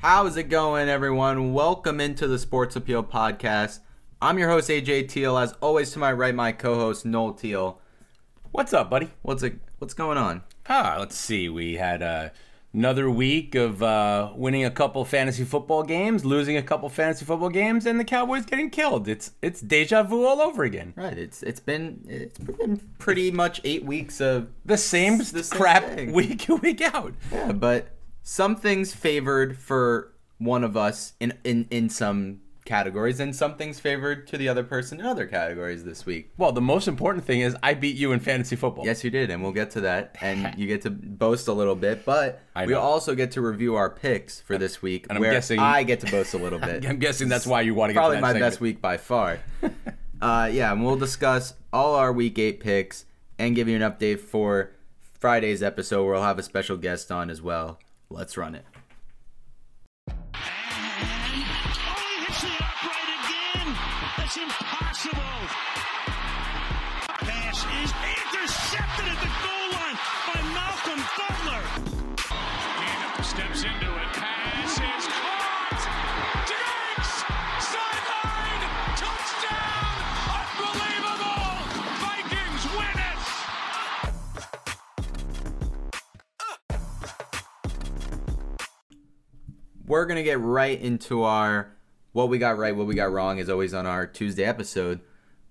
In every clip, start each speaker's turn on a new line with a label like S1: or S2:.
S1: How's it going, everyone? Welcome into the Sports Appeal Podcast. I'm your host, AJ Teal. As always, to my right, my co host, Noel Teal.
S2: What's up, buddy?
S1: What's it, What's going on?
S2: Ah, let's see. We had uh, another week of uh, winning a couple fantasy football games, losing a couple fantasy football games, and the Cowboys getting killed. It's it's deja vu all over again.
S1: Right. It's it's been it's been pretty much eight weeks of
S2: The same,
S1: It's the same
S2: crap
S1: thing.
S2: week in week out.
S1: yeah, but some things favored for one of us in in in some categories, and some things favored to the other person in other categories this week.
S2: Well, the most important thing is I beat you in fantasy football.
S1: Yes, you did, and we'll get to that. And you get to boast a little bit, but
S2: I
S1: we
S2: know.
S1: also get to review our picks for this week,
S2: and I'm
S1: where
S2: guessing-
S1: I get to boast a little bit.
S2: I'm guessing that's why you want to get
S1: Probably
S2: to that
S1: my
S2: segment.
S1: best week by far. uh, yeah, and we'll discuss all our week eight picks and give you an update for Friday's episode, where we'll have a special guest on as well. Let's run it.
S3: Oh, he hits the upright again. That's impossible. Pass is intercepted at the goal line by Malcolm Butler.
S4: steps into it. Pass is caught. Diggs sideline touchdown. Unbelievable. Vikings win it.
S1: we're gonna get right into our what we got right, what we got wrong is always on our Tuesday episode.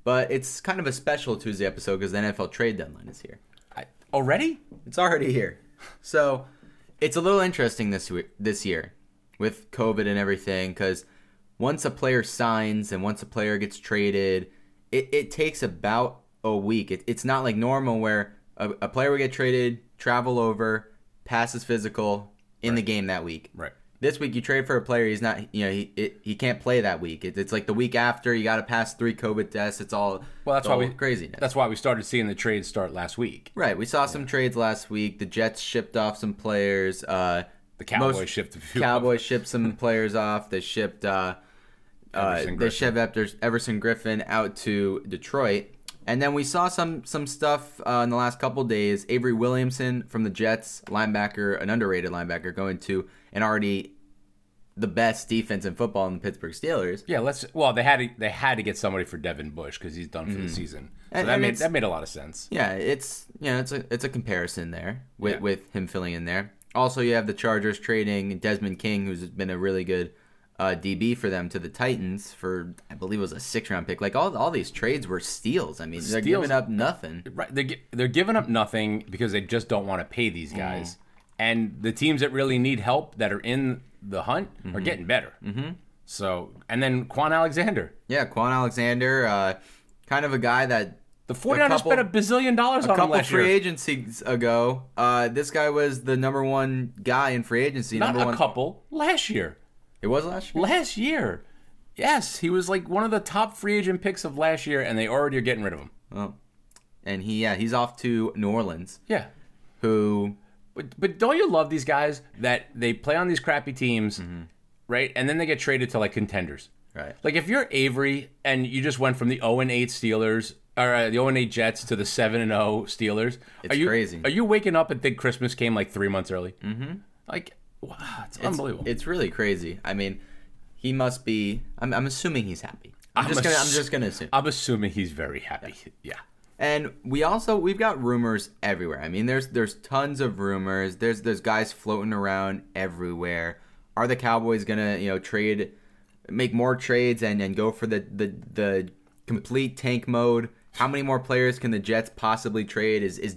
S1: But it's kind of a special Tuesday episode because the NFL trade deadline is here.
S2: I- already?
S1: It's already here, so it's a little interesting this we- this year with COVID and everything. Because once a player signs and once a player gets traded, it, it takes about a week. It, it's not like normal where a, a player would get traded, travel over, passes physical in the game that week
S2: Right.
S1: this week you trade for a player he's not you know he it, he can't play that week it, it's like the week after you got to pass three covid tests it's all
S2: Well, that's
S1: it's
S2: why
S1: all
S2: we
S1: craziness
S2: That's why we started seeing the trades start last week.
S1: right we saw some trades last week the jets shipped off some players uh
S2: The Cowboys shipped a few.
S1: Cowboys shipped some players off they shipped uh uh,
S2: Everson
S1: they
S2: Griffin.
S1: shipped Ever- Everson Griffin out to Detroit, and then we saw some some stuff uh, in the last couple days. Avery Williamson from the Jets, linebacker, an underrated linebacker, going to an already the best defense in football in the Pittsburgh Steelers.
S2: Yeah, let's. Well, they had to, they had to get somebody for Devin Bush because he's done for the season. So
S1: Hmm. And-
S2: that
S1: and
S2: made
S1: it's-
S2: that made a lot of sense.
S1: Yeah, it's you know it's a it's a comparison there with
S2: Yeah.
S1: with him filling in there. Also, you have the Chargers trading Desmond King, who's been a really good uh, DB for them to the Titans for I believe it was a six round pick. Like all all these trades were steals. I mean, they're
S2: Steals.
S1: giving up nothing.
S2: Right, they're gi- they're giving up nothing because they just don't want to pay
S1: Mm-hmm.
S2: these guys, and the teams that really need help that are in the hunt are getting better. Mm-hmm. So, and then Quan Alexander,
S1: Yeah, Quan Alexander, uh, kind of a guy that
S2: the 49ers
S1: couple-
S2: spent a bazillion dollars
S1: a
S2: on him
S1: couple
S2: last
S1: free
S2: year.
S1: agencies ago, uh, this guy was the number one guy in free agency.
S2: Not
S1: number
S2: a
S1: one.
S2: couple last year.
S1: It was last year.
S2: Last year, yes, he was like one of the top free agent picks of last year, and they already are getting rid of him.
S1: Oh. And he, yeah, he's off to New Orleans,
S2: Yeah,
S1: who
S2: But but don't you love these guys that they play on these crappy teams,
S1: Mm-hmm.
S2: right? And then they get traded to like contenders.
S1: Right.
S2: Like if you're Avery and you just went from the 0 and 8 Steelers or uh, the 0 and 8 Jets to the 7 and 0 Steelers,
S1: It's
S2: are you,
S1: crazy.
S2: Are you waking up and think Christmas came like three months early? Mm-hmm. Like wow, it's, unbelievable.
S1: It's really crazy. I mean, he must be. I'm, I'm assuming he's happy. I'm,
S2: I'm
S1: just gonna. I'm
S2: ass-
S1: just gonna assume.
S2: I'm assuming he's very happy. Yeah.
S1: And we also we've got rumors everywhere. I mean, there's there's tons of rumors. There's there's guys floating around everywhere. Are the Cowboys gonna you know trade, make more trades and and go for the the the complete tank mode? How many more players can the Jets possibly trade? Is is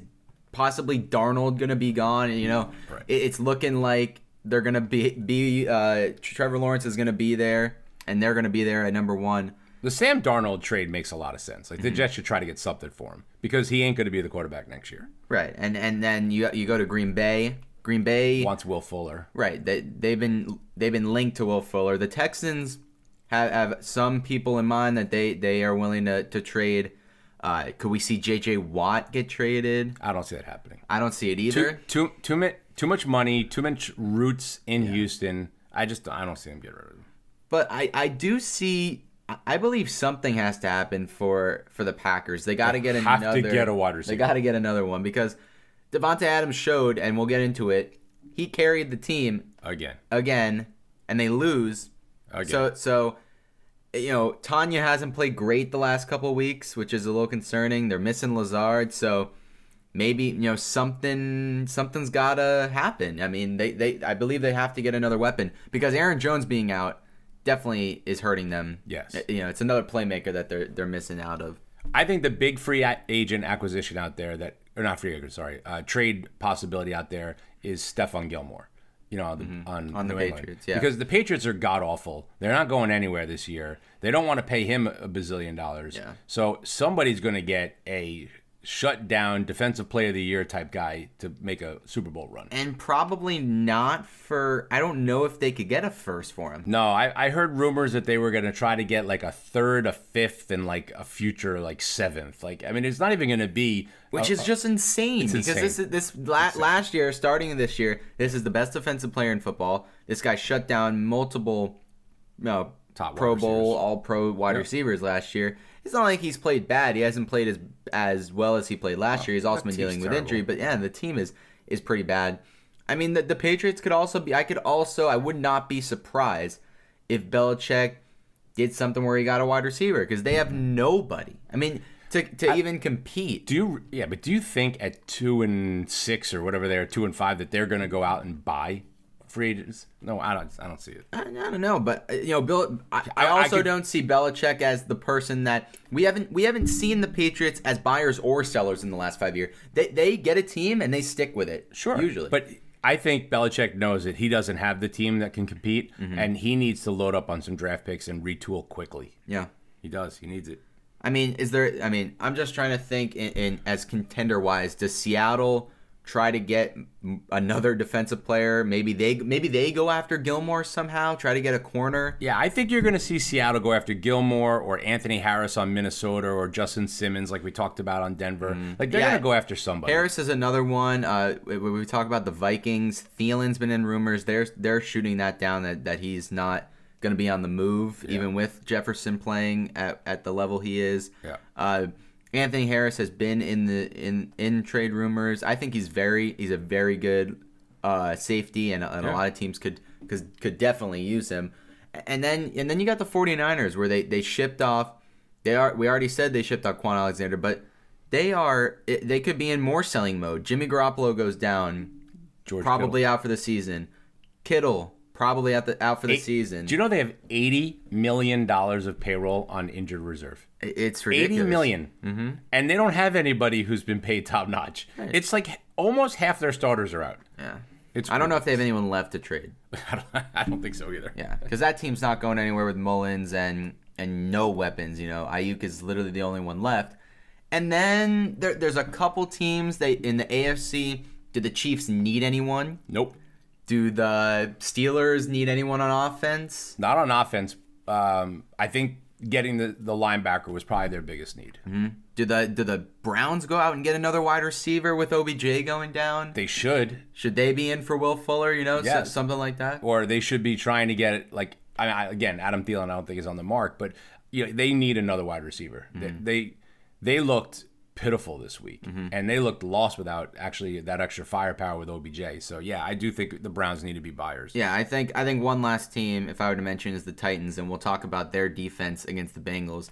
S1: possibly Darnold gonna be gone? You know,
S2: Right.
S1: it, it's looking like they're gonna be be uh, Trevor Lawrence is gonna be there, and they're gonna be there at number one.
S2: The Sam Darnold trade makes a lot of sense. Like the Jets should try to get something for him because he ain't going to be the quarterback next year.
S1: Right, and and then you you go to Green Bay. Green Bay
S2: Wants Will Fuller.
S1: Right. They they've been they've been linked to Will Fuller. The Texans have, have some people in mind that they they are willing to to trade. Uh, could we see J.J. Watt get traded?
S2: I don't see that happening.
S1: I don't see it
S2: too
S1: either.
S2: too too much too much money, too much roots in Houston. I just I don't see him get rid of him.
S1: But I I do see. I- I believe something has to happen for for the Packers. They got to get
S2: have to
S1: another.
S2: get a wide receiver.
S1: They got to get another one because Devonte Adams showed, and we'll get into it. He carried the team
S2: again.
S1: again and they lose.
S2: Again.
S1: So so you know, Tanya hasn't played great the last couple of weeks, which is a little concerning. They're missing Lazard, so maybe you know something something's gotta happen. I mean, they they I believe they have to get another weapon because Aaron Jones being out definitely is hurting them. Eh,
S2: Yes.
S1: you know, it's another playmaker that they're they're missing out of.
S2: I think the big free a- agent acquisition out there that, or not free agent, sorry, uh, trade possibility out there is Stefan Gilmore. You know, the, on,
S1: Mm-hmm. On the
S2: New England.
S1: Patriots, yeah.
S2: Because the Patriots are god awful. They're not going anywhere this year. They don't want to pay him a bazillion dollars.
S1: Yeah.
S2: So somebody's going to get a shut down defensive player of the year type guy to make a Super Bowl run.
S1: and probably not for. I don't know if they could get a first for him.
S2: No, I, I heard rumors that they were going to try to get like a third, a fifth, and like a future like seventh. Like, I mean, it's not even going to be
S1: Which
S2: a-
S1: is just insane because
S2: Oh, insane.
S1: this is this la- last year, starting this year, this is the best defensive player in football. This guy shut down multiple, you know,
S2: Top
S1: Pro
S2: wide
S1: Bowl,
S2: receivers.
S1: All Pro wide receivers last year. It's not like he's played bad. He hasn't played as as well as he played last year. He's also
S2: that
S1: been
S2: team's
S1: dealing with
S2: terrible.
S1: injury, but yeah, the team is is pretty bad. I mean, the, the Patriots could also be. I could also. I would not be surprised if Belichick did something where he got a wide receiver because they have nobody. I mean, to to even compete.
S2: Do you, yeah, but do you think at two and six or whatever they are, two and five, that they're going to go out and buy free agents? No, I don't. I don't see it.
S1: I, I don't know, but uh, you know, Bill. I, I
S2: I- I
S1: also
S2: could-
S1: don't see Belichick as the person that we haven't we haven't seen the Patriots as buyers or sellers in the last five years. They they get a team and they stick with it. usually,
S2: but I think Belichick knows that he doesn't have the team that can compete,
S1: Mm-hmm.
S2: and he needs to load up on some draft picks and retool quickly.
S1: yeah.
S2: He does. He needs it.
S1: I mean, is there? I mean, I'm just trying to think in, in as contender wise. Does Seattle try to get m- another defensive player? Maybe they maybe they go after Gilmore somehow. Try to get a corner.
S2: Yeah, I think you're going to see Seattle go after Gilmore or Anthony Harris on Minnesota or Justin Simmons, like we talked about on Denver. Like they're
S1: Mm-hmm. Yeah.
S2: going to go after somebody.
S1: Harris is another one. Uh, when we talk about the Vikings, Thielen's been in rumors. They're they're shooting that down that, that he's not going to be on the move, even with Jefferson playing at, at the level he is.
S2: Yeah.
S1: Uh, Anthony Harris has been in the in in trade rumors. I think he's very he's a very good uh, safety, and, and a lot of teams could could could definitely use him. And then and then you got the 49ers where they they shipped off. They are we already said they shipped off Quan Alexander, but they are it- they could be in more selling mode. Jimmy Garoppolo goes down,
S2: George
S1: probably out for the season. Kittle probably out the out for the
S2: Eight-
S1: season.
S2: Do you know they have eighty million dollars of payroll on injured reserve?
S1: It- it's ridiculous.
S2: Eighty mm-hmm. and they don't have anybody who's been paid top notch. It's like almost half their starters are out.
S1: Yeah.
S2: It's
S1: I don't know if they have anyone left to trade.
S2: I don't, I don't think so either.
S1: Yeah, because that team's not going anywhere with Mullins and and no weapons. You know, Ayuk is literally the only one left. And then there, there's a couple teams they in the AFC. Do the Chiefs need anyone?
S2: Nope.
S1: Do the Steelers need anyone on offense?
S2: Not on offense. Um, I think getting the, the linebacker was probably their biggest need.
S1: Mm-hmm. Do the do the Browns go out and get another wide receiver with OBJ going down?
S2: They should,
S1: Should they be in for Will Fuller? You know, so-
S2: Yes.
S1: something like that.
S2: or they should be trying to get it. Like I, I, again, Adam Thielen, I don't think is on the mark, but you know, they need another wide receiver.
S1: Mm-hmm.
S2: They, they they looked pitiful this week, and they looked lost without actually that extra firepower with OBJ. So yeah, I do think the Browns need to be buyers.
S1: Yeah, I think I think one last team, if I were to mention, is the Titans, and we'll talk about their defense against the Bengals.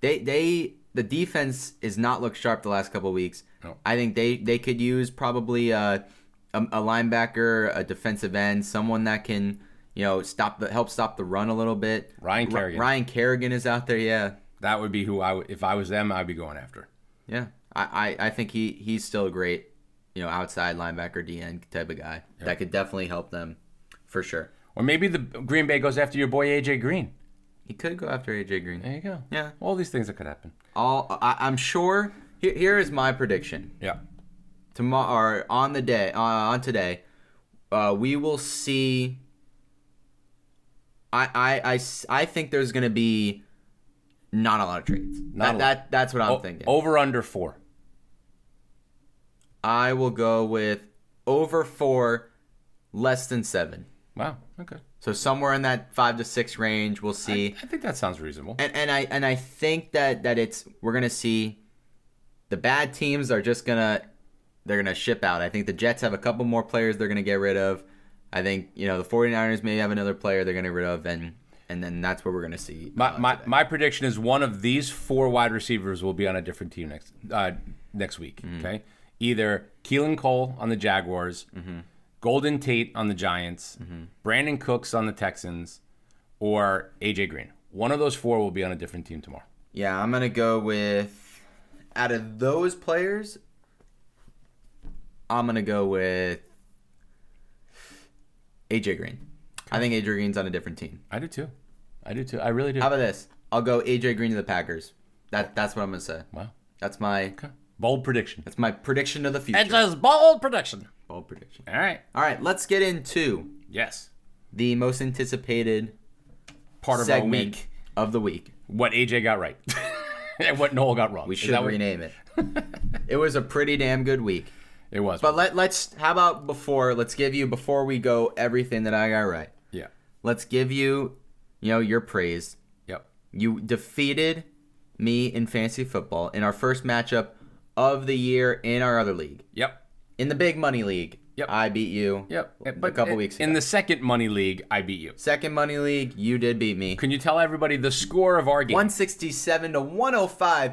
S1: They they the defense is not looked sharp the last couple of weeks.
S2: No.
S1: I think they they could use probably a, a a linebacker, a defensive end, someone that can you know stop the help stop the run a little bit.
S2: Ryan Kerrigan.
S1: Ryan Kerrigan is out there. Yeah,
S2: That would be who I would if I was them, I'd be going after.
S1: yeah. I I, I think he he's still a great you know outside linebacker, DN type of guy that could definitely help them for sure.
S2: Or maybe the Green Bay goes after your boy AJ Green.
S1: He could go after AJ Green.
S2: There you go.
S1: Yeah.
S2: all these things that could happen.
S1: All I, I'm sure. Here, here is my prediction.
S2: Yeah,
S1: Tomorrow, or on the day, uh, on today, uh, we will see. I, I- I s- I think there's going to be not a lot of trades.
S2: Not
S1: that,
S2: a lot. Oh,
S1: that that's what I'm
S2: O-
S1: thinking.
S2: over under four.
S1: I will go with over four, less than seven.
S2: Wow. Okay.
S1: So somewhere in that five to six range, we'll see.
S2: I think that sounds reasonable.
S1: and, and I and I think that that it's we're gonna see the bad teams are just gonna they're gonna ship out. I think the Jets have a couple more players they're gonna get rid of. I think, you know, the 49ers may have another player they're going to get rid of, and and then that's where we're going to see.
S2: My,
S1: uh,
S2: my,
S1: today.
S2: my prediction is one of these four wide receivers will be on a different team next uh, next week.
S1: Mm-hmm.
S2: Okay, either Keelan Cole on the Jaguars,
S1: Mm-hmm.
S2: Golden Tate on the Giants, Brandon Cooks on the Texans, or AJ Green. One of those four will be on a different team tomorrow.
S1: Yeah, I'm gonna go with out of those players, I'm gonna go with AJ Green. I think AJ Green's on a different team.
S2: I do too. I do too. I really do.
S1: How about this? I'll go AJ Green to the Packers. That that's what I'm gonna say.
S2: wow.
S1: That's my
S2: Okay. Bold prediction.
S1: that's my prediction of the future.
S2: bold prediction.
S1: Bold prediction.
S2: All right.
S1: All right, let's get into
S2: Yes.
S1: the most anticipated
S2: Part of
S1: segment
S2: our week.
S1: of the week.
S2: What AJ got right. and what Noel got wrong.
S1: We should rename it. it was a pretty damn good week.
S2: It was.
S1: But let, let's, how about before, let's give you, before we go, everything that I got right.
S2: yeah.
S1: Let's give you, you know, your praise.
S2: Yep.
S1: You defeated me in fantasy football in our first matchup of the year in our other league.
S2: Yep.
S1: In the big money league,
S2: Yep.
S1: I beat you
S2: Yep.
S1: a couple
S2: in-
S1: weeks ago.
S2: In the second money league, I beat you.
S1: Second money league, you did beat me.
S2: Can you tell everybody the score of our game?
S1: 167 to 105.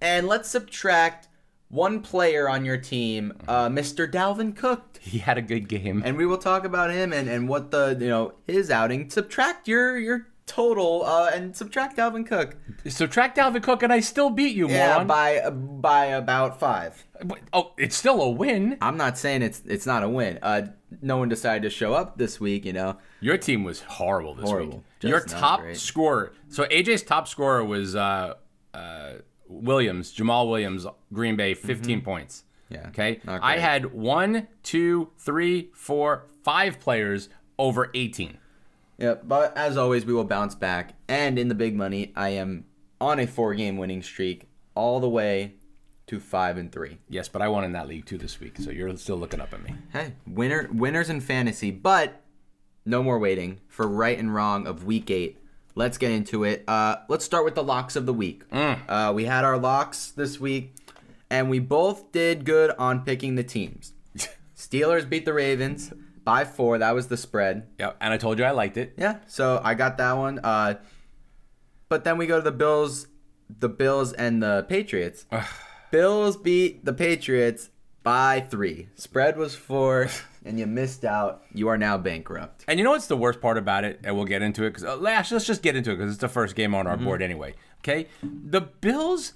S1: And let's subtract one player on your team, uh, Mr. Dalvin Cook.
S2: He had a good game.
S1: and we will talk about him and, and what the you know his outing. Subtract your your total uh, and subtract Dalvin Cook
S2: Subtract Dalvin Cook, and I still beat you,
S1: yeah,
S2: moron.
S1: by uh, by about five.
S2: But- oh, it's still a win.
S1: I'm not saying it's it's not a win. Uh, no one decided to show up this week. You know,
S2: Your team was horrible this
S1: Horrible.
S2: week.
S1: Just
S2: Your
S1: not
S2: top
S1: great.
S2: scorer. So AJ's top scorer was uh, uh, Williams, Jamal Williams, Green Bay, 15 points.
S1: Mm-hmm. Yeah,
S2: Okay.
S1: not
S2: I
S1: great.
S2: had one, two, three, four, five players over 18.
S1: yeah. But as always, we will bounce back. And in the big money, I am on a four game winning streak all the way to five and three.
S2: Yes, but I won in that league too this week. So you're still looking up at me.
S1: Hey, winner winners in fantasy, but no more waiting for right and wrong of week eight. Let's get into it. Uh, let's start with the locks of the week. Uh, we had our locks this week, and we both did good on picking the teams. Steelers beat the Ravens by four. That was the spread.
S2: Yeah, and I told you I liked it.
S1: Yeah, so I got that one. Uh, but then we go to the Bills, the Bills and the Patriots. Bills beat the Patriots by three. Spread was four, and you missed out. You are now bankrupt.
S2: And you know what's the worst part about it? And we'll get into it because uh, Lash, let's just get into it because it's the first game on
S1: Mm-hmm.
S2: our board anyway. Okay, the Bills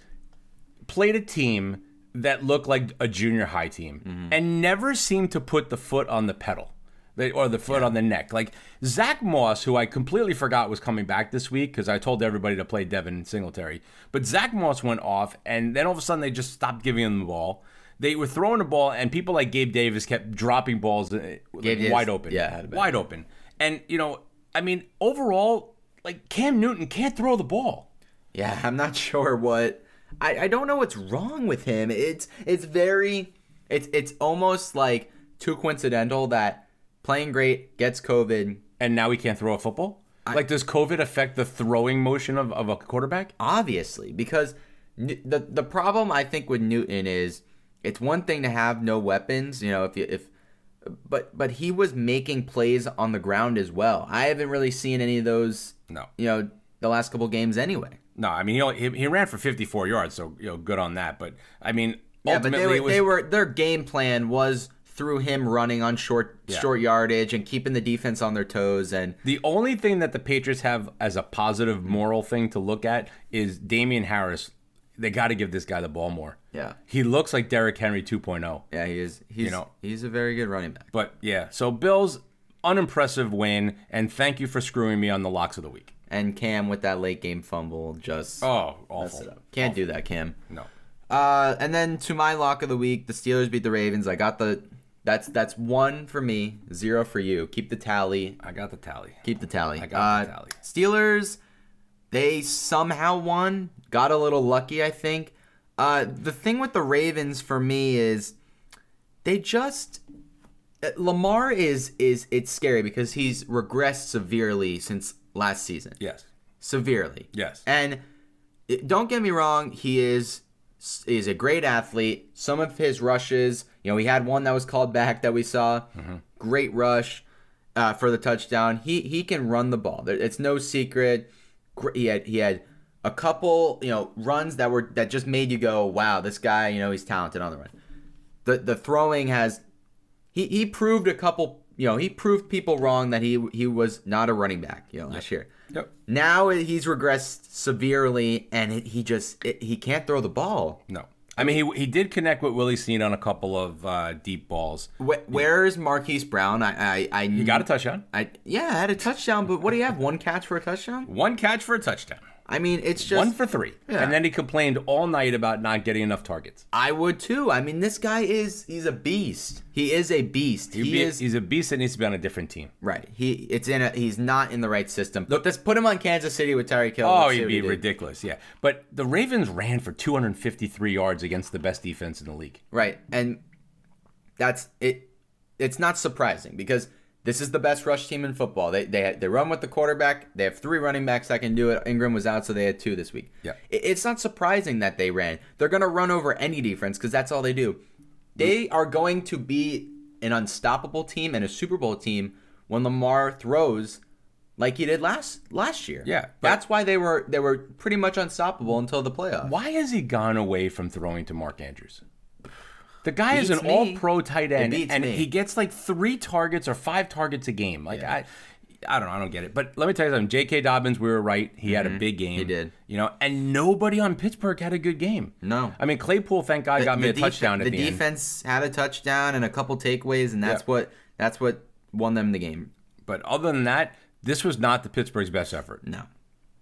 S2: played a team that looked like a junior high team
S1: Mm-hmm.
S2: and never seemed to put the foot on the pedal. They, or the foot on the neck. Like Zach Moss, who I completely forgot was coming back this week because I told everybody to play Devin Singletary. But Zach Moss went off, and then all of a sudden they just stopped giving him the ball. They were throwing the ball, and people like Gabe Davis kept dropping balls uh, like,
S1: Davis,
S2: wide open.
S1: yeah, had a bad
S2: wide open. And, you know, I mean, overall, like Cam Newton can't throw the ball.
S1: Yeah, I'm not sure what. I, I don't know what's wrong with him. It's it's very it's it's almost like too coincidental that playing great gets COVID.
S2: And now he can't throw a football? like, does COVID affect the throwing motion of, of a quarterback?
S1: obviously because N- the the problem I think with Newton is it's one thing to have no weapons, you know, if you, if but but he was making plays on the ground as well. I haven't really seen any of those
S2: No.
S1: you know, the last couple games anyway.
S2: No, I mean, he, only, he, he ran for 54 yards, so, you know, good on that. But, I mean,
S1: Yeah, but
S2: ultimately,
S1: they were,
S2: it was,
S1: they were their game plan was through him running on short short yardage and keeping the defense on their toes and
S2: the only thing that the Patriots have as a positive moral thing to look at is Damian Harris. They got to give this guy the ball more.
S1: Yeah.
S2: He looks like Derrick Henry 2.0.
S1: yeah, he is he's
S2: know.
S1: he's a very good running back.
S2: But, yeah, so Bills, unimpressive win. And thank you for screwing me on the locks of the week.
S1: And Cam with that late game fumble just
S2: Oh,
S1: messed it
S2: awful.
S1: up. Can't do that, Cam.
S2: No.
S1: Uh, and then to my lock of the week, the Steelers beat the Ravens. I got the that's that's one for me, zero for you. Keep the tally.
S2: I got the tally.
S1: Keep the tally. I
S2: got the tally.
S1: Steelers, they somehow won. Got a little lucky, I think. Uh, the thing with the Ravens for me is they just uh, Lamar is is it's scary because he's regressed severely since last season
S2: Yes.
S1: severely.
S2: Yes.
S1: And it- don't get me wrong, he is is a great athlete. Some of his rushes, you know, he had one that was called back that we saw. Great rush. uh, for the touchdown. He he can run the ball. There- It's no secret. Gr- He had he had a couple you know runs that were that just made you go wow this guy you know he's talented on the run. The the throwing has he he proved a couple you know he proved people wrong that he he was not a running back you know last year.
S2: Yep.
S1: Now he's regressed severely, and it, he just it, he can't throw the ball.
S2: No. I mean, he, he did connect with Willie Snead on a couple of uh, deep balls.
S1: Wh- where is Marquise Brown? I I, I
S2: He got a touchdown.
S1: I yeah, I had a touchdown, but what do you have? One catch for a touchdown?
S2: One catch for a touchdown.
S1: I mean, it's just
S2: One for three.
S1: Yeah.
S2: And then he complained all night about not getting enough targets.
S1: I would too. I mean, this guy is he's a beast. He is a beast. He,
S2: He'd be-
S1: is
S2: he's a beast that needs to be on a different team.
S1: right. He it's in a he's not in the right system. Look, let's put him on Kansas City with Tyreek Hill.
S2: Oh,
S1: Let's see
S2: he'd
S1: what
S2: be
S1: he did.
S2: ridiculous. Yeah. But the Ravens ran for 253 yards against the best defense in the league.
S1: Right. And that's it it's not surprising because this is the best rush team in football. They they they run with the quarterback. They have three running backs that can do it. Ingram was out, so they had two this week.
S2: Yeah.
S1: It- it's not surprising that they ran. They're going to run over any defense because that's all they do. They are going to be an unstoppable team and a Super Bowl team when Lamar throws like he did last last year.
S2: Yeah, but-
S1: that's why they were they were pretty much unstoppable until the playoffs.
S2: Why has he gone away from throwing to Mark Andrews? The guy is
S1: Beats
S2: an
S1: me.
S2: all-pro tight end,
S1: beats
S2: and
S1: me.
S2: he gets like three targets or five targets a game. Like I, I don't know, I don't get it. But let me tell you something. J.K. Dobbins, we were right. He had a big game.
S1: Mm-hmm. He did.
S2: you know, and nobody on Pittsburgh had a good game.
S1: No.
S2: I mean Claypool, thank God, got me a
S1: def-
S2: touchdown at the,
S1: the
S2: end.
S1: defense had a touchdown and a couple takeaways, and that's
S2: Yeah.
S1: what that's what won them the game.
S2: But other than that, this was not the Pittsburgh's best effort.
S1: No,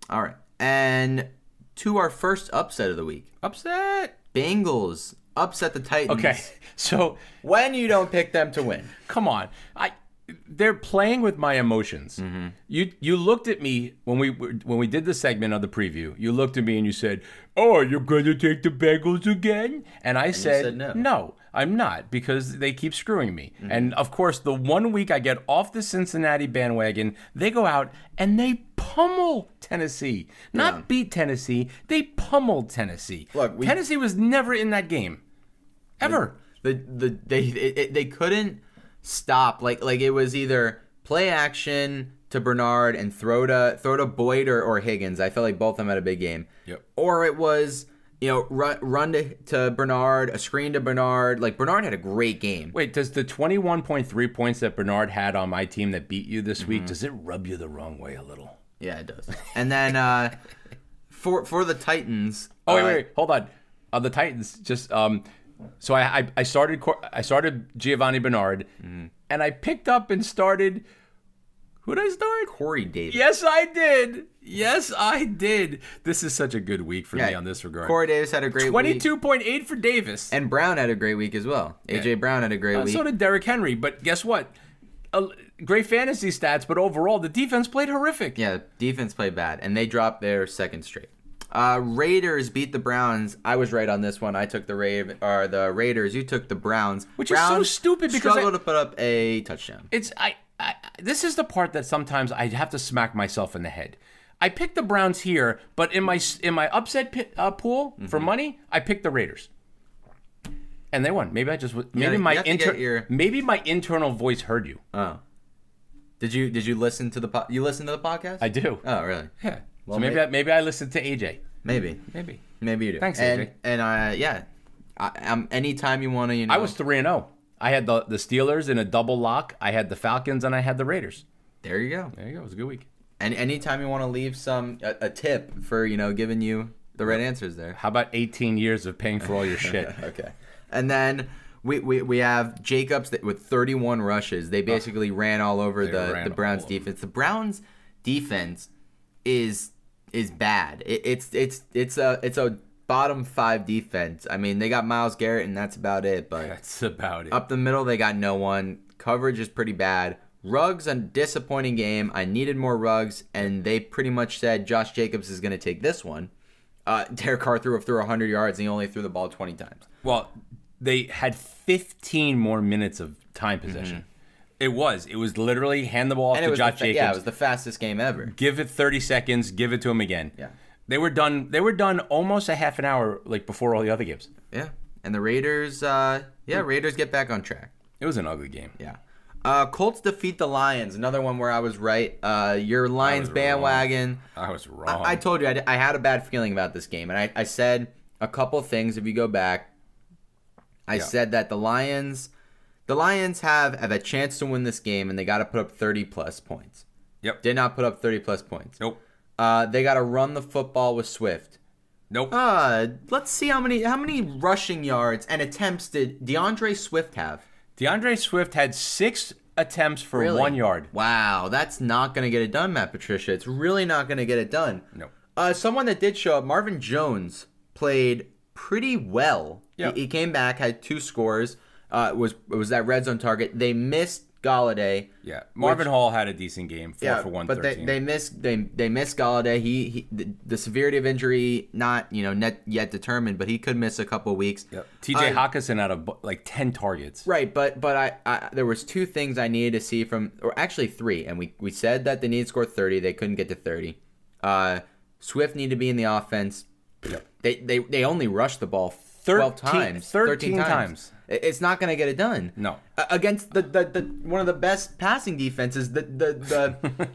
S1: all right, and to our first upset of the week,
S2: Upset.
S1: Bengals upset the Titans.
S2: Okay, so
S1: when you don't pick them to win,
S2: come on i they're playing with my emotions
S1: Mm-hmm.
S2: you you looked at me when we when we did the segment of the preview you looked at me and you said oh you're going to take the bengals again and i said,
S1: said no. Mm-hmm.
S2: i'm not because they keep screwing me and of course the one week i get off the cincinnati bandwagon they go out and they pummel tennessee not beat tennessee they pummeled tennessee
S1: Look, we-
S2: tennessee was never in that game ever
S1: the the they it, it, they couldn't stop. Like like it was either play action to Bernard and throw to throw to Boyd or, or Higgins. I felt like both of them had a big game.
S2: Yep.
S1: Or it was you know run run to, to Bernard, a screen to Bernard. Like Bernard had a great game.
S2: Wait, does the 21.3 points that Bernard had on my team that beat you this week, does it rub you the wrong way a little?
S1: Yeah, it does. And then uh, for for the Titans.
S2: Oh, wait,
S1: uh,
S2: wait, wait. Hold on. Uh, the Titans just um so I I, I started Cor- I started Giovanni Bernard and I picked up and started who did I start?
S1: Corey Davis.
S2: Yes, I did. Yes, I did. This is such a good week for me
S1: Yeah,
S2: on this regard.
S1: Corey Davis had a great week.
S2: 22.8 for Davis.
S1: And Brown had a great week as well. AJ Brown had a great week.
S2: Uh, So did Derrick Henry, but guess what? A, great fantasy stats, but overall the defense played horrific.
S1: Yeah, defense played bad, and they dropped their second straight. Uh, Raiders beat the Browns. I was right on this one. I took the Raven or the Raiders. You took the Browns,
S2: Which is so
S1: Browns
S2: stupid because
S1: struggled
S2: I-
S1: to put up a touchdown.
S2: It's I, I this is the part that sometimes I have to smack myself in the head. I picked the Browns here, but in my s- in my upset pi uh, pool
S1: Mm-hmm.
S2: for money, I picked the Raiders. And they won. Maybe I just was- maybe
S1: gotta- you
S2: my
S1: have to
S2: inter-
S1: get your-
S2: maybe my internal voice heard you.
S1: Oh, did you did you listen to the po- you listen to the podcast?
S2: I do.
S1: Oh, really?
S2: yeah.
S1: well,
S2: so maybe
S1: may-
S2: I, maybe I listened to AJ.
S1: Maybe,
S2: Maybe.
S1: maybe you do.
S2: Thanks,
S1: and,
S2: AJ.
S1: And uh, yeah, I, I'm anytime you want to. You know,
S2: I was 3 and 0. I had the the Steelers in a double lock, I had the Falcons and I had the Raiders.
S1: there. You go.
S2: There you go. It was a good week.
S1: And anytime you want to leave some a, a tip for you know giving you the right answers there.
S2: How about 18 years of paying for all your shit?
S1: Okay. And then we, we, we have Jacobs that, with 31 rushes. They basically ran all over the,
S2: ran
S1: the Browns
S2: all over.
S1: defense. The Browns defense is is bad. It, it's it's it's a it's a bottom 5 defense. I mean, they got Miles Garrett and that's about it, but
S2: That's about it.
S1: up the middle they got no one. Coverage is pretty bad. Rugs a disappointing game. I needed more rugs and they pretty much said Josh Jacobs is going to take this one. Uh, Derek Carr threw threw 100 yards and he only threw the ball 20 times.
S2: Well, they had 15 more minutes of time possession. It was. It was literally hand the ball off
S1: Mm-hmm. and it
S2: to
S1: was
S2: Josh
S1: the, fa-
S2: Jacobs.
S1: Yeah, it was the fastest game ever.
S2: give it 30 seconds. Give it to him again.
S1: Yeah.
S2: They were done. They were done almost a half an hour like before all the other games.
S1: Hmm. Yeah, and the Raiders. Uh, yeah, Raiders get back on track.
S2: It was an ugly game.
S1: Yeah. Uh, Colts defeat the Lions. Another one where I was right. Uh, your Lions
S2: wrong.
S1: bandwagon.
S2: I was wrong.
S1: I, I told you I, did- I had a bad feeling about this game, and I, I said a couple things. If you go back, I
S2: Yeah.
S1: said that the Lions, the Lions have have a chance to win this game, and they got to put up thirty plus points.
S2: yep.
S1: Did not put up thirty plus points.
S2: Nope.
S1: Uh, they got to run the football with Swift.
S2: Nope.
S1: Uh, let's see how many how many rushing yards and attempts did DeAndre Swift have?
S2: DeAndre Swift had six attempts for
S1: Really?
S2: one yard.
S1: Wow, that's not going to get it done, Matt Patricia. It's really not going to get it done.
S2: No.
S1: Uh, someone that did show up, Marvin Jones, played pretty well.
S2: Yeah.
S1: He, he came back, had two scores. Uh, was was that red zone target? They missed Galladay.
S2: Yeah. Marvin
S1: Which-
S2: Hall had a decent game, four for one
S1: but they,
S2: thirteen.
S1: they missed they they missed Galladay. He, he the, the severity of injury not you know net yet determined, but he could miss a couple weeks.
S2: Yep.
S1: I-
S2: TJ Hawkinson had a, bu- like ten targets.
S1: Right, but but I, I there was two things I needed to see from, or actually three, and we we said that they needed to score thirty. They couldn't get to thirty. Uh, Swift needed to be in the offense. They they they only rushed the ball twelve
S2: Thirteen-
S1: times,
S2: 13 times.
S1: I- It's not going to get it done.
S2: No.
S1: A- against the, the the one of the best passing defenses. The the the.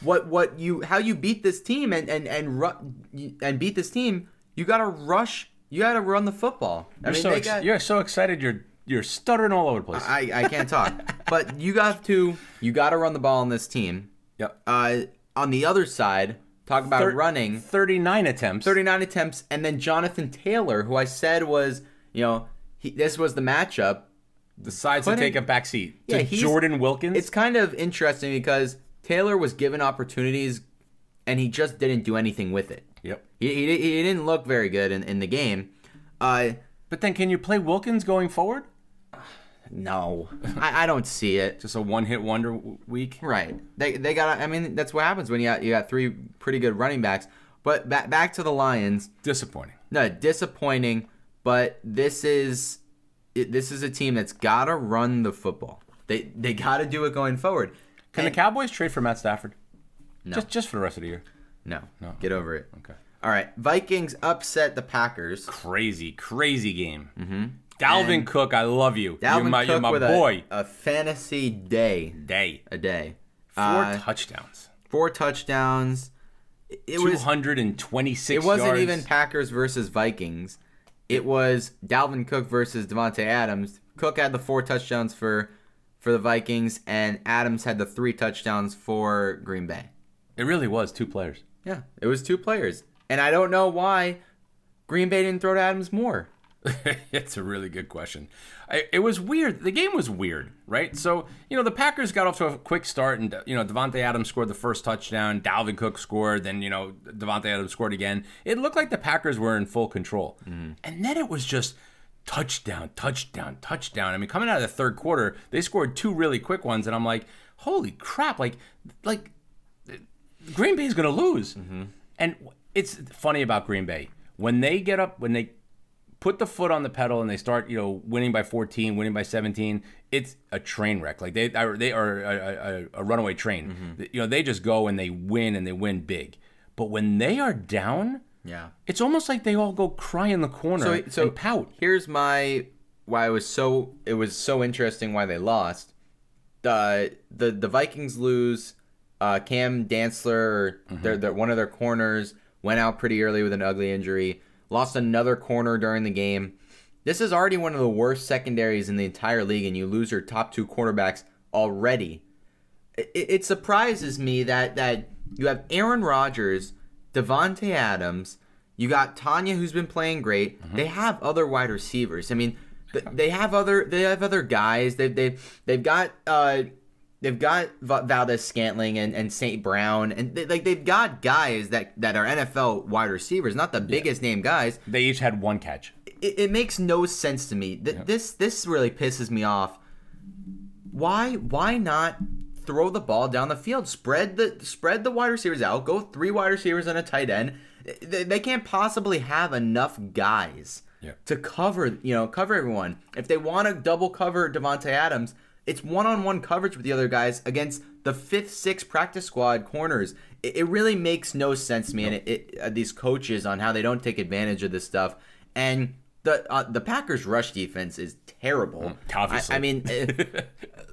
S1: What what you how you beat this team and and and ru- and beat this team you gotta rush you gotta run the football. I
S2: You're, so
S1: they
S2: ex- you're so excited. You're you're stuttering all over the place.
S1: I, I can't talk. but you got to you got to run the ball on this team.
S2: yep.
S1: Uh, on the other side, talk about
S2: Thir-
S1: running
S2: 39 attempts.
S1: 39 attempts, and then Jonathan Taylor, who I said was you know he, this was the matchup.
S2: decides to
S1: couldn't-
S2: take a back seat to
S1: Yeah, he's-
S2: Jordan Wilkins.
S1: It's kind of interesting because Taylor was given opportunities, and he just didn't do anything with it.
S2: yep.
S1: He, he, he didn't look very good in, in the game. Uh,
S2: But then, can you play Wilkins going forward?
S1: no, I, I don't see it.
S2: Just a one-hit wonder w- week.
S1: Right. They they got. I mean, that's what happens when you got, you got three pretty good running backs. But back back to the Lions.
S2: Disappointing.
S1: No, disappointing. But this is it, this is a team that's gotta run the football. They they gotta do it going forward.
S2: Can the Cowboys trade for Matt Stafford? No. Just just for the rest of the year.
S1: No, no, get over it.
S2: Okay.
S1: All right. Vikings upset the Packers.
S2: Crazy, crazy game. Mm-hmm. Dalvin Cook, I love you.
S1: Dalvin
S2: you're my,
S1: Cook
S2: you're my
S1: with
S2: boy.
S1: A, a fantasy day
S2: Day.
S1: a day.
S2: Four
S1: Uh,
S2: touchdowns.
S1: four touchdowns. It- It was
S2: 226
S1: It wasn't
S2: yards.
S1: even Packers versus Vikings. It was Dalvin Cook versus Devontae Adams. Cook had the four touchdowns for for the Vikings, and Adams had the three touchdowns for Green Bay.
S2: It really was two players.
S1: Yeah, it was two players, and I don't know why Green Bay didn't throw to Adams more.
S2: it's a really good question. I, it was weird. The game was weird, right? So you know the Packers got off to a quick start, and you know Devontae Adams scored the first touchdown. Dalvin Cook scored. Then you know Devontae Adams scored again. It looked like the Packers were in full control, and then it was just touchdown, touchdown, touchdown. I mean, coming out of the third quarter, they scored two really quick ones, and I'm like, holy crap! Like, like Green Bay's going to lose. And it's funny about Green Bay when they get up when they put the foot on the pedal and they start you know winning by 14 winning by 17 it's a train wreck like they are they are a, a, a runaway train
S1: Mm-hmm.
S2: you know they just go and they win and they win big but when they are down
S1: Yeah.
S2: it's almost like they all go cry in the corner
S1: So so
S2: and pout
S1: Here's my why it was so it was so interesting why they lost. The the the Vikings lose. Uh, Cam Dantzler, their, their one of their corners, went out pretty early with an ugly injury. Lost another corner during the game. This is already one of the worst secondaries in the entire league, and you lose your top two cornerbacks already it, it surprises me that that you have Aaron Rodgers, Devonte Adams, you got Tanya who's been playing great. They have other wide receivers. I mean, th- they have other they have other guys. They they they've got uh they've got Va- Valdez Scantling and and St. Brown and they, like they've got guys that that are NFL wide receivers, not the biggest name guys
S2: they each had one catch
S1: it, it makes no sense to me. Th- This this really pisses me off. Why why not throw the ball down the field? Spread the spread the wide receivers out. Go three wide receivers and a tight end. They, they can't possibly have enough guys
S2: Yeah.
S1: to cover you know cover everyone. If they want to double cover Devonte Adams, it's one on one coverage with the other guys against the fifth, sixth practice squad corners. It, it really makes no sense to me, and it, it uh, these coaches on how they don't take advantage of this stuff. And the uh, the Packers' rush defense is terrible.
S2: Mm, obviously.
S1: I, I mean, eh, it-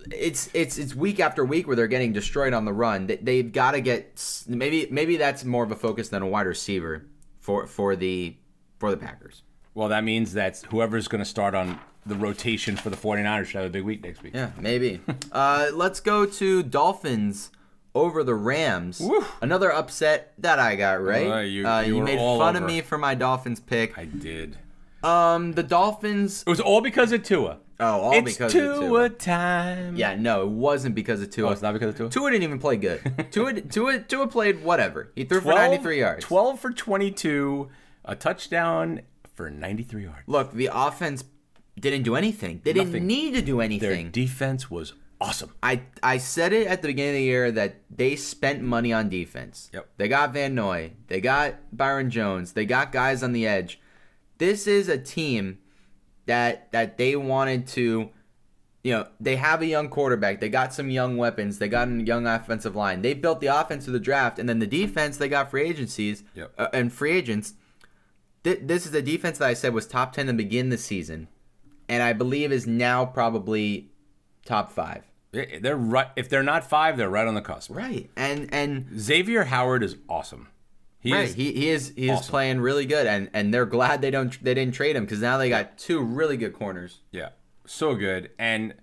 S1: it's it's it's week after week where they're getting destroyed on the run. They, they've got to get s- maybe maybe that's more of a focus than a wide receiver for for the for the Packers.
S2: Well, that means that's whoever's going to start on the rotation for the 49ers should have a big week next week.
S1: Yeah, maybe. uh, let's go to Dolphins over the Rams. Another upset that I got right.
S2: Uh, you-
S1: uh,
S2: you
S1: you
S2: were
S1: made
S2: all
S1: fun of
S2: over.
S1: me for my Dolphins pick.
S2: I did.
S1: Um, the Dolphins.
S2: It was all because of Tua.
S1: Oh, all
S2: it's
S1: because
S2: Tua,
S1: of Tua.
S2: time.
S1: Yeah, no, it wasn't because of Tua.
S2: Oh, it's not because of Tua.
S1: Tua didn't even play good. Tua, Tua, Tua played whatever. He threw
S2: 12
S1: for 93 yards.
S2: 12 for 22, a touchdown for 93 yards.
S1: Look, the offense didn't do anything. They didn't
S2: Nothing.
S1: need to do
S2: Their
S1: anything.
S2: defense was awesome.
S1: I I said it at the beginning of the year that they spent money on defense.
S2: Yep.
S1: They got Van Noy. They got Byron Jones. They got guys on the edge. This is a team that that they wanted to you know, they have a young quarterback. They got some young weapons. They got a young offensive line. They built the offense through the draft, and then the defense they got free agencies
S2: Yep.
S1: uh, and free agents. Th- this is a defense that I said was top ten to begin the season, and I believe is now probably top five.
S2: They- They're right. If they're not five, they're right on the cusp.
S1: Right. And and
S2: Xavier Howard is awesome. He
S1: right,
S2: is
S1: he, he is he is
S2: awesome.
S1: playing really good and and they're glad they don't they didn't trade him cuz now they got two really good corners.
S2: Yeah, so good. And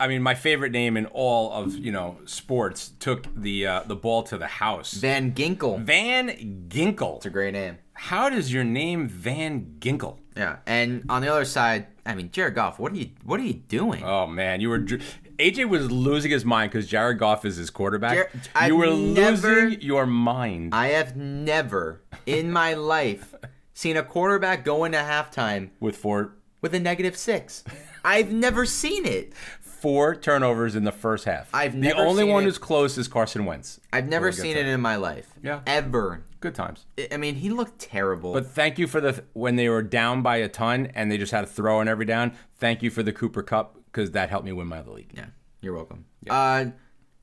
S2: I mean, my favorite name in all of you know sports took the uh, the ball to the house.
S1: Van Ginkel.
S2: Van Ginkle.
S1: It's a great name.
S2: How does your name Van Ginkle?
S1: Yeah. And on the other side, I mean Jared Goff, what are you what are you doing?
S2: Oh man, you were dr- AJ was losing his mind because Jared Goff is his quarterback.
S1: Jar- I've
S2: you were
S1: never-
S2: losing your mind.
S1: I have never in my life seen a quarterback go into halftime
S2: with four
S1: with a negative 6. I've never seen it.
S2: four turnovers in the first half.
S1: I've
S2: the
S1: never
S2: only
S1: seen
S2: one
S1: it.
S2: who's close is Carson Wentz.
S1: I've never
S2: Really good
S1: seen it
S2: time.
S1: in my life.
S2: Yeah.
S1: Ever.
S2: Good times.
S1: I- I mean, he looked terrible.
S2: But thank you for the when they were down by a ton and they just had to throw in every down. Thank you for the Cooper Cup because that helped me win my other league.
S1: Yeah, you're welcome. Uh,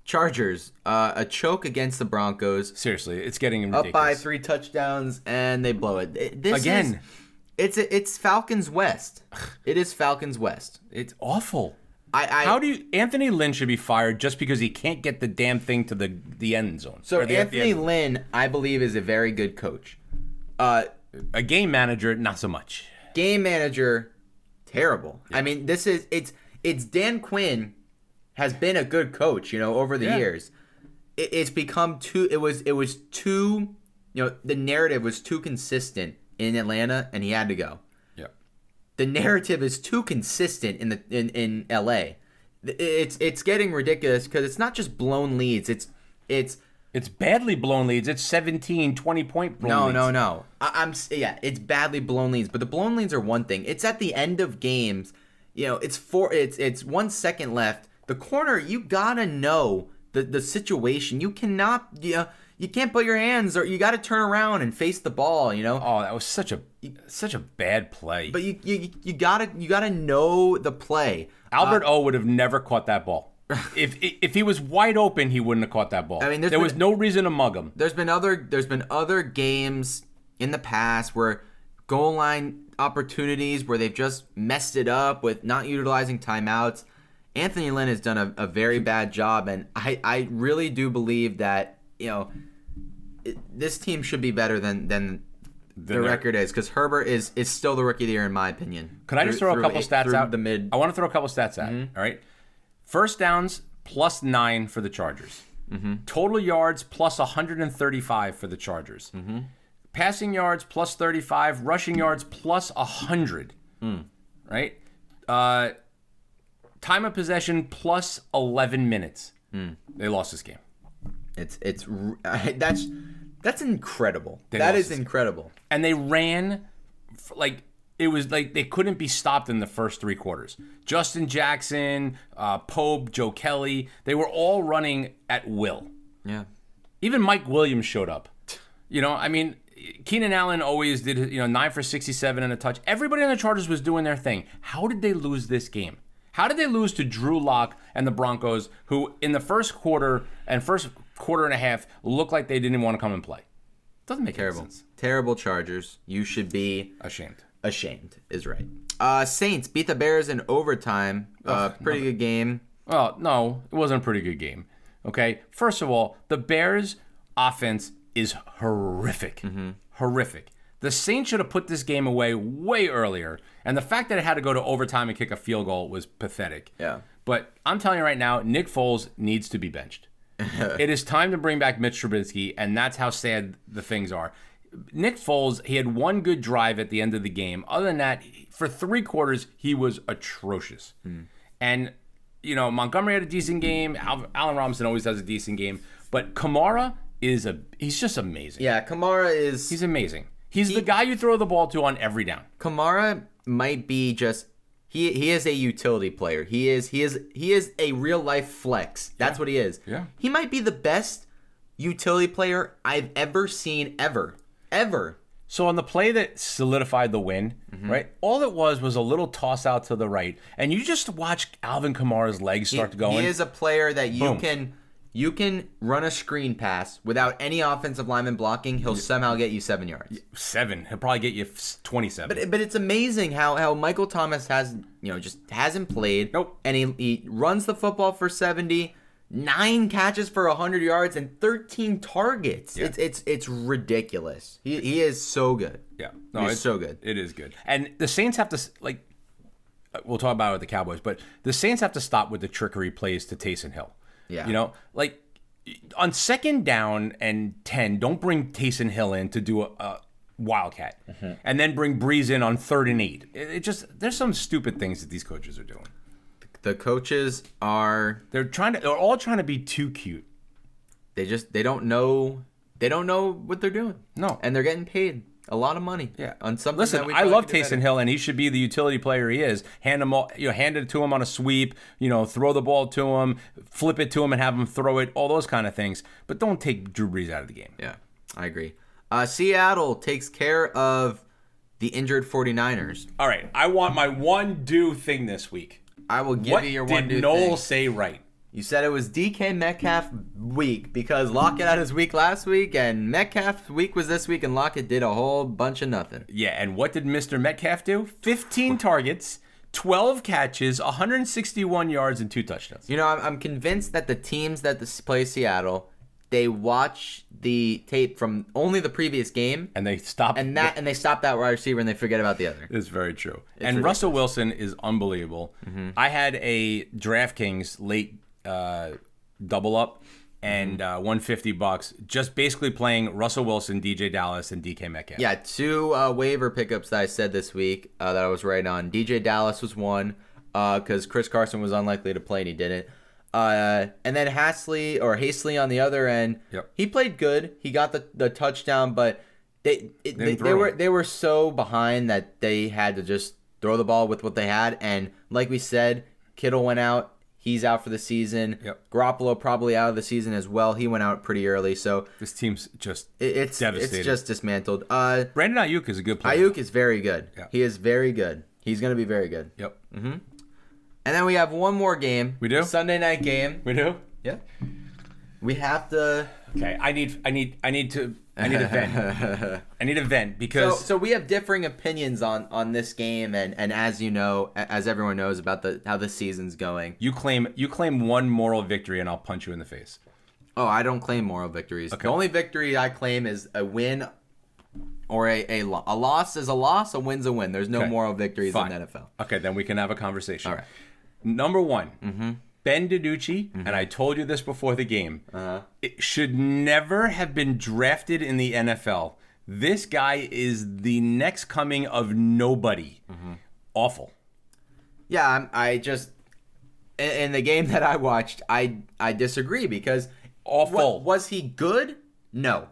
S1: Chargers, uh, a choke against the Broncos,
S2: Seriously, it's getting ridiculous.
S1: up by three touchdowns, and they blow it. Th- This
S2: Again.
S1: is- it's it's Falcons West. It is Falcons West.
S2: It's awful.
S1: I, I
S2: How do you Anthony Lynn should be fired just because he can't get the damn thing to the the end zone?
S1: so
S2: Or the- the
S1: Anthony
S2: end-
S1: Lynn, I believe, is a very good coach. Uh,
S2: a game manager, not so much.
S1: game manager, terrible. I mean, this is it's it's Dan Quinn has been a good coach, you know, over the
S2: Yeah.
S1: years. It, it's become too. It was it was too. You know, the narrative was too consistent in Atlanta, and he had to go.
S2: Yeah.
S1: The narrative is too consistent in the in in L.A. Th- It's it's getting ridiculous because it's not just blown leads. It's it's
S2: It's badly blown leads. It's 17, 20 point blown
S1: No,
S2: leads.
S1: no, no. I, I'm s- yeah. It's badly blown leads, but the blown leads are one thing. It's at the end of games. You know, it's four. It's it's one second left. The corner, you gotta know the the situation. You cannot. You know, you can't put your hands or you gotta turn around and face the ball. You know.
S2: Oh, that was such a such a bad play.
S1: But you you, you gotta you gotta know the play.
S2: Albert
S1: uh,
S2: O would have never caught that ball. if if he was wide open, he wouldn't have caught that ball.
S1: I mean,
S2: there
S1: there's
S2: was
S1: been-
S2: no reason to mug him.
S1: There's been other there's been other games in the past where goal line opportunities where they've just messed it up with not utilizing timeouts. Anthony Lynn has done a, a very bad job, and I, I really do believe that you know it, this team should be better than than the
S2: they're-
S1: record is because Herbert is is still the rookie of the year in my opinion.
S2: Can I
S1: Through-
S2: just throw a
S1: through
S2: couple
S1: eight-
S2: stats
S1: through
S2: out?
S1: the mid? Mm-hmm.
S2: I want to throw a couple stats out. all right. First downs plus nine for the Chargers.
S1: Mm-hmm.
S2: Total yards plus 135 for the Chargers.
S1: Mm-hmm.
S2: Passing yards plus 35. Rushing yards plus 100.
S1: Mm.
S2: Right. Uh, time of possession plus 11 minutes.
S1: Mm.
S2: They lost this game.
S1: It's it's r- that's that's incredible.
S2: They
S1: that
S2: lost
S1: is
S2: this game.
S1: incredible.
S2: and they ran f- like it was like they couldn't be stopped in the first three quarters. Justin Jackson, uh, Pope, Joe Kelly, they were all running at will.
S1: Yeah.
S2: Even Mike Williams showed up. You know, I mean, Keenan Allen always did, you know, nine for 67 and a touch. Everybody on the Chargers was doing their thing. How did they lose this game? How did they lose to Drew Lock and the Broncos, who in the first quarter and first quarter and a half looked like they didn't want to come and play? Doesn't make any
S1: Terrible.
S2: sense.
S1: Terrible Chargers. You should be
S2: Ashamed.
S1: ashamed is right. Uh, Saints beat the Bears in overtime. Uh, pretty good game.
S2: Well, no, it wasn't a pretty good game. Okay. First of all, the Bears' offense is horrific. Horrific. The Saints should have put this game away way earlier. And the fact that it had to go to overtime and kick a field goal was pathetic.
S1: Yeah.
S2: But I'm telling you right now, Nick Foles needs to be benched. it is time to bring back Mitch Trubisky, and that's how sad the things are. Nick Foles, he had one good drive at the end of the game. Other than that, for three quarters, he was atrocious. And, you know, Montgomery had a decent game. Al- Allen Robinson always has a decent game. But Kamara is a, he's just amazing.
S1: Yeah, Kamara is
S2: He's amazing. He's the guy you throw the ball to on every down.
S1: Kamara might be just he he is a utility player. He is he is he is a real life flex. That's what he is.
S2: Yeah.
S1: He might be the best utility player I've ever seen ever. Ever.
S2: So on the play that solidified the win, right? All it was was a little toss out to the right, and you just watch Alvin Kamara's legs start to go in.
S1: He is a player that you
S2: Boom.
S1: can you can run a screen pass without any offensive lineman blocking. He'll somehow get you seven yards.
S2: seven. He'll probably get you f- twenty-seven.
S1: But but it's amazing how how Michael Thomas has you know just hasn't played.
S2: Nope.
S1: And he, he runs the football for seventy. Nine catches for hundred yards and thirteen targets. It's it's it's ridiculous. He, he is so good.
S2: yeah,
S1: he's so good.
S2: It is good, and the Saints have to s- like. uh, We'll talk about it with the Cowboys, but the Saints have to stop with the trickery plays to Taysom Hill.
S1: Yeah.
S2: you know, like on second down and ten, don't bring Taysom Hill in to do a. a Wildcat,
S1: Mm-hmm.
S2: and then bring Breeze in on third and eight. It, it just there's some stupid things that these coaches are doing.
S1: The coaches are
S2: They're trying to. They're all trying to be too cute.
S1: they just they don't know they don't know what they're doing.
S2: No.
S1: And they're getting paid a lot of money. On something.
S2: Listen,
S1: that we
S2: I
S1: probably
S2: love
S1: could do better.
S2: Taysom Hill, and he should be the utility player he is. Hand him, all, you know, hand it to him on a sweep. You know, throw the ball to him, flip it to him, and have him throw it. All those kind of things. But don't take Drew Brees out of the game.
S1: Yeah, I agree. Uh, Seattle takes care of the injured 49ers.
S2: All right, I want my one do thing this week.
S1: I will give
S2: what
S1: you your
S2: did
S1: one do
S2: Noel
S1: thing.
S2: say right?
S1: You said it was DK Metcalf week because Lockett had his week last week, and Metcalf's week was this week, and Lockett did a whole bunch of nothing.
S2: Yeah, and what did Mr. Metcalf do? 15 targets, 12 catches, 161 yards, and two touchdowns.
S1: You know, I'm, I'm convinced that the teams that this play Seattle, they watch the tape from only the previous game,
S2: And they stop.
S1: and that and they stop that wide receiver and they forget about the other.
S2: It's very true. and Russell Wilson is unbelievable.
S1: Mm-hmm.
S2: I had a DraftKings late uh, double up and
S1: Mm-hmm.
S2: uh, 150 bucks just basically playing Russell Wilson, DJ Dallas, and DK Metcalf.
S1: Yeah, two uh, waiver pickups that I said this week uh, that I was right on. DJ Dallas was one because Chris Carson was unlikely to play and he didn't. Uh, and then Hasley or Hasley on the other end.
S2: Yep.
S1: He played good. He got the, the touchdown, but they it, they, they
S2: throw
S1: were
S2: him.
S1: they were so behind that they had to just throw the ball with what they had. And like we said, Kittle went out. He's out for the season.
S2: Yep.
S1: Garoppolo probably out of the season as well. He went out pretty early, so
S2: This team's just
S1: it, it's
S2: devastated.
S1: it's just dismantled. Uh,
S2: Brandon Ayuk is a good player.
S1: Ayuk is very good.
S2: Yeah.
S1: He is very good. He's going to be very good.
S2: Yep.
S1: And then we have one more game.
S2: We do?
S1: Sunday night game.
S2: We do.
S1: Yeah. We have to.
S2: Okay. I need. I need. I need to. I need a vent. I need a vent
S1: So,
S2: because
S1: so we have differing opinions on on this game, and and as you know, a- as everyone knows about the how the season's going.
S2: you claim you claim one moral victory, and I'll punch you in the face.
S1: Oh, I don't claim moral victories. The only victory I claim is a win. Or a, a, lo- a loss is a loss, a win's a win. There's no
S2: Okay.
S1: moral victories
S2: Fine.
S1: in the NFL.
S2: Okay, then we can have a conversation.
S1: All right. Mm-hmm.
S2: Number one, Ben DiNucci, and I told you this before the game,
S1: Uh-huh.
S2: it should never have been drafted in the NFL. This guy is the next coming of nobody.
S1: Mm-hmm.
S2: Awful.
S1: Yeah, I'm, I just in, in the game that I watched, I I disagree because
S2: Awful.
S1: wa- was he good? No.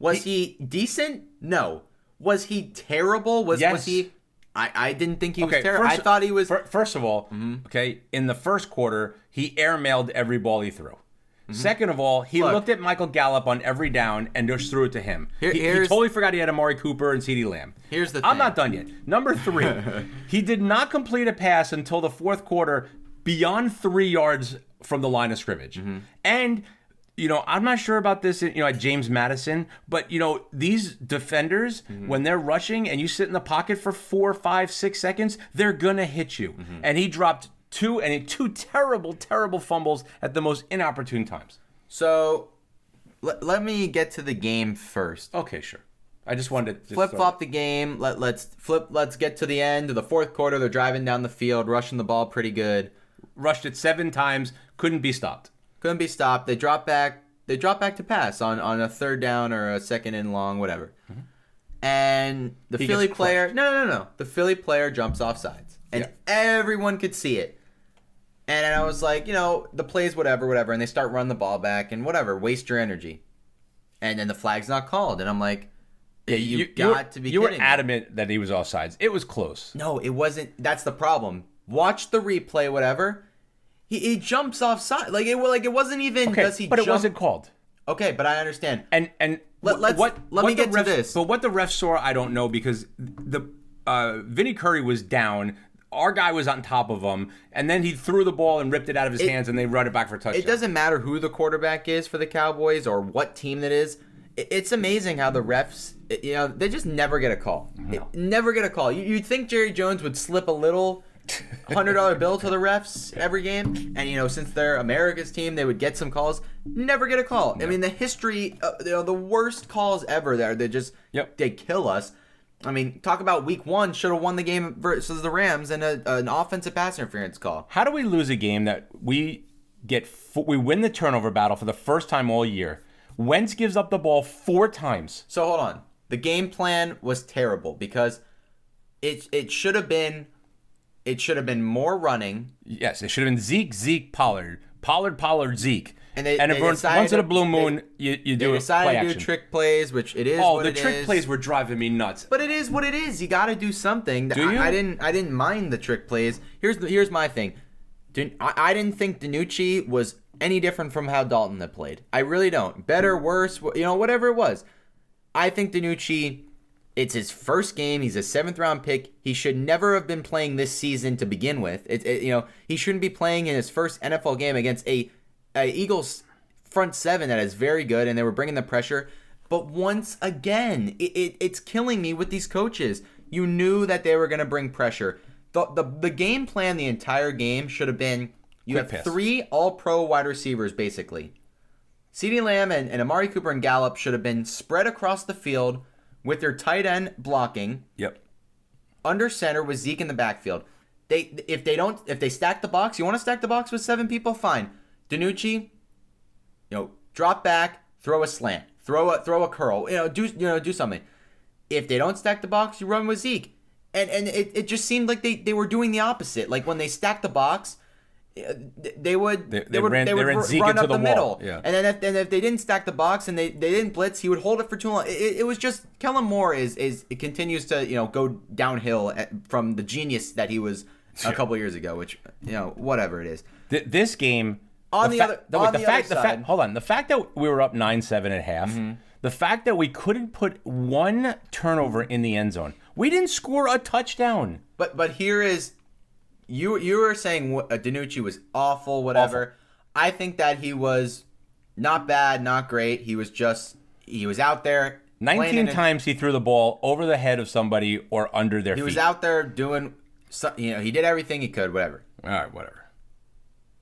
S1: Was he, decent? No. Was he terrible? Was
S2: Yes.
S1: was he? I, I didn't think he
S2: Okay,
S1: was terrible. I thought he was. Mm-hmm.
S2: fir- first of all, okay, in the first quarter, he airmailed every ball he threw. Second of all, he
S1: Mm-hmm. Look.
S2: looked at Michael Gallup on every down and just threw it to him.
S1: Here-
S2: he, he
S1: here's-
S2: totally forgot he had Amari Cooper and CeeDee Lamb.
S1: Here's the
S2: I'm
S1: thing.
S2: not done yet. Number three, he did not complete a pass until
S1: Mm-hmm.
S2: the fourth quarter beyond three yards from the line of scrimmage. And you know, I'm not sure about this, you know, at James Madison, but you know, these defenders,
S1: Mm-hmm.
S2: when they're rushing and you sit in the pocket for four, five, six seconds, they're gonna hit you.
S1: Mm-hmm.
S2: And he dropped two and two terrible, terrible fumbles at the most inopportune times.
S1: So let, let me get to the game first.
S2: Okay, sure. I just wanted to just
S1: flip
S2: throw
S1: flop the game. Let let's flip. Let's get to the end of the fourth quarter. They're driving down the field, rushing the ball pretty good.
S2: it. rushed it seven times, couldn't be stopped.
S1: Couldn't be stopped. They drop back. They drop back to pass on on a third down or a second and long, whatever. And the
S2: Mm-hmm. He
S1: Philly
S2: gets
S1: player, no, no, no, no. The Philly player jumps off sides, and
S2: Yeah.
S1: everyone could see it. And I was like, you know, the plays, whatever, whatever. And they start running the ball back and whatever, waste your energy. And then the flag's not called, and I'm like, yeah, you,
S2: were-
S1: got to be.
S2: You were
S1: kidding me.
S2: adamant that he was offsides. It was close.
S1: No, it wasn't. That's the problem. Watch the replay, whatever. He, he jumps off side like it. Like it wasn't even.
S2: Okay,
S1: does he?
S2: but
S1: jump?
S2: it wasn't called.
S1: Okay, but I understand.
S2: And and
S1: Let-
S2: wh-
S1: let's- let me
S2: the
S1: get to
S2: refs-
S1: this.
S2: But what the ref saw, I don't know because the uh, Vinny Curry was down. Our guy was on top of him, and then he threw the ball and ripped it out of his
S1: It-
S2: hands, and they run it back for a touchdown.
S1: It doesn't matter who the quarterback is for the Cowboys or what team that is. I- It's amazing how the refs, i- you know, they just never get a call. It- Never get a call. You- You'd think Jerry Jones would slip a little hundred dollar bill to the refs every game, and you know, since they're America's team, they would get some calls. Never get a call. I mean, the history, uh, you know, the worst calls ever. There, they just
S2: Yep.
S1: they kill us. I mean, talk about week one should have won the game versus the Rams and a, an offensive pass interference call.
S2: How do we lose a game that we get fo- we win the turnover battle for the first time all year? Wentz gives up the ball four times.
S1: So hold on. The game plan was terrible because it it should have been it should have been more running.
S2: Yes, it should have been Zeke, Zeke, Pollard, Pollard, Pollard, Zeke.
S1: And they-
S2: if
S1: they
S2: once,
S1: decided
S2: once in a blue
S1: to-
S2: moon, you, you
S1: They
S2: do a
S1: decided
S2: play
S1: to do
S2: action.
S1: trick plays, which it is.
S2: oh,
S1: what
S2: the
S1: it
S2: trick
S1: is.
S2: plays were driving me nuts.
S1: But it is what it is. You got to do something.
S2: Do
S1: I-
S2: you?
S1: I, didn't. I didn't mind the trick plays. Here's the, here's my thing. Didn't, I, I didn't think Danucci was any different from how Dalton had played. I really don't. Better, worse, wh- you know, whatever it was. I think Danucci. It's his first game. He's a seventh round pick. He should never have been playing this season to begin with. It, it you know he shouldn't be playing in his first NFL game against a, a Eagles front seven that is very good, and they were bringing the pressure. But once again, it, it, it's killing me with these coaches. You knew that they were going to bring pressure. The, the the game plan the entire game should have been you
S2: Quick
S1: have
S2: pass.
S1: three All Pro wide receivers basically. CeeDee Lamb and, and Amari Cooper and Gallup should have been spread across the field with their tight end blocking
S2: Yep.
S1: under center with Zeke in the backfield. They if they don't if they stack the box, you want to stack the box with seven people, fine. Danucci, you know, drop back, throw a slant, throw a throw a curl, you know, do you know, do something. If they don't stack the box, you run with Zeke. And and it, it just seemed like they, they were doing the opposite. Like when they stacked the box, eh, they would they,
S2: they
S1: would
S2: ran-
S1: they
S2: they
S1: would
S2: ran
S1: ru-
S2: Zeke
S1: run
S2: into
S1: up the,
S2: the wall.
S1: middle.
S2: Yeah.
S1: And then if, and if they didn't stack the box and they, they didn't blitz, he would hold it for too long. It, it- it was just Kellen Moore is is it continues to you know go downhill at, from the genius that he was a couple years ago, which you know whatever it is.
S2: Th- this game
S1: On the
S2: fa-
S1: other-
S2: wait,
S1: on the
S2: fact,
S1: other
S2: the fact,
S1: side- Mm-hmm.
S2: hold on, the fact that we were up nine seven at half, the fact that we couldn't put one turnover in the end zone, we didn't score a touchdown.
S1: But but here is you you were saying what- uh, Danucci was awful, whatever. I think that he was not bad, not great. He was just he was out there playing
S2: Nineteen
S1: in a-
S2: times he threw the ball over the head of somebody or under their
S1: He
S2: feet.
S1: was out there doing so- you know he did everything he could, whatever.
S2: All right, whatever.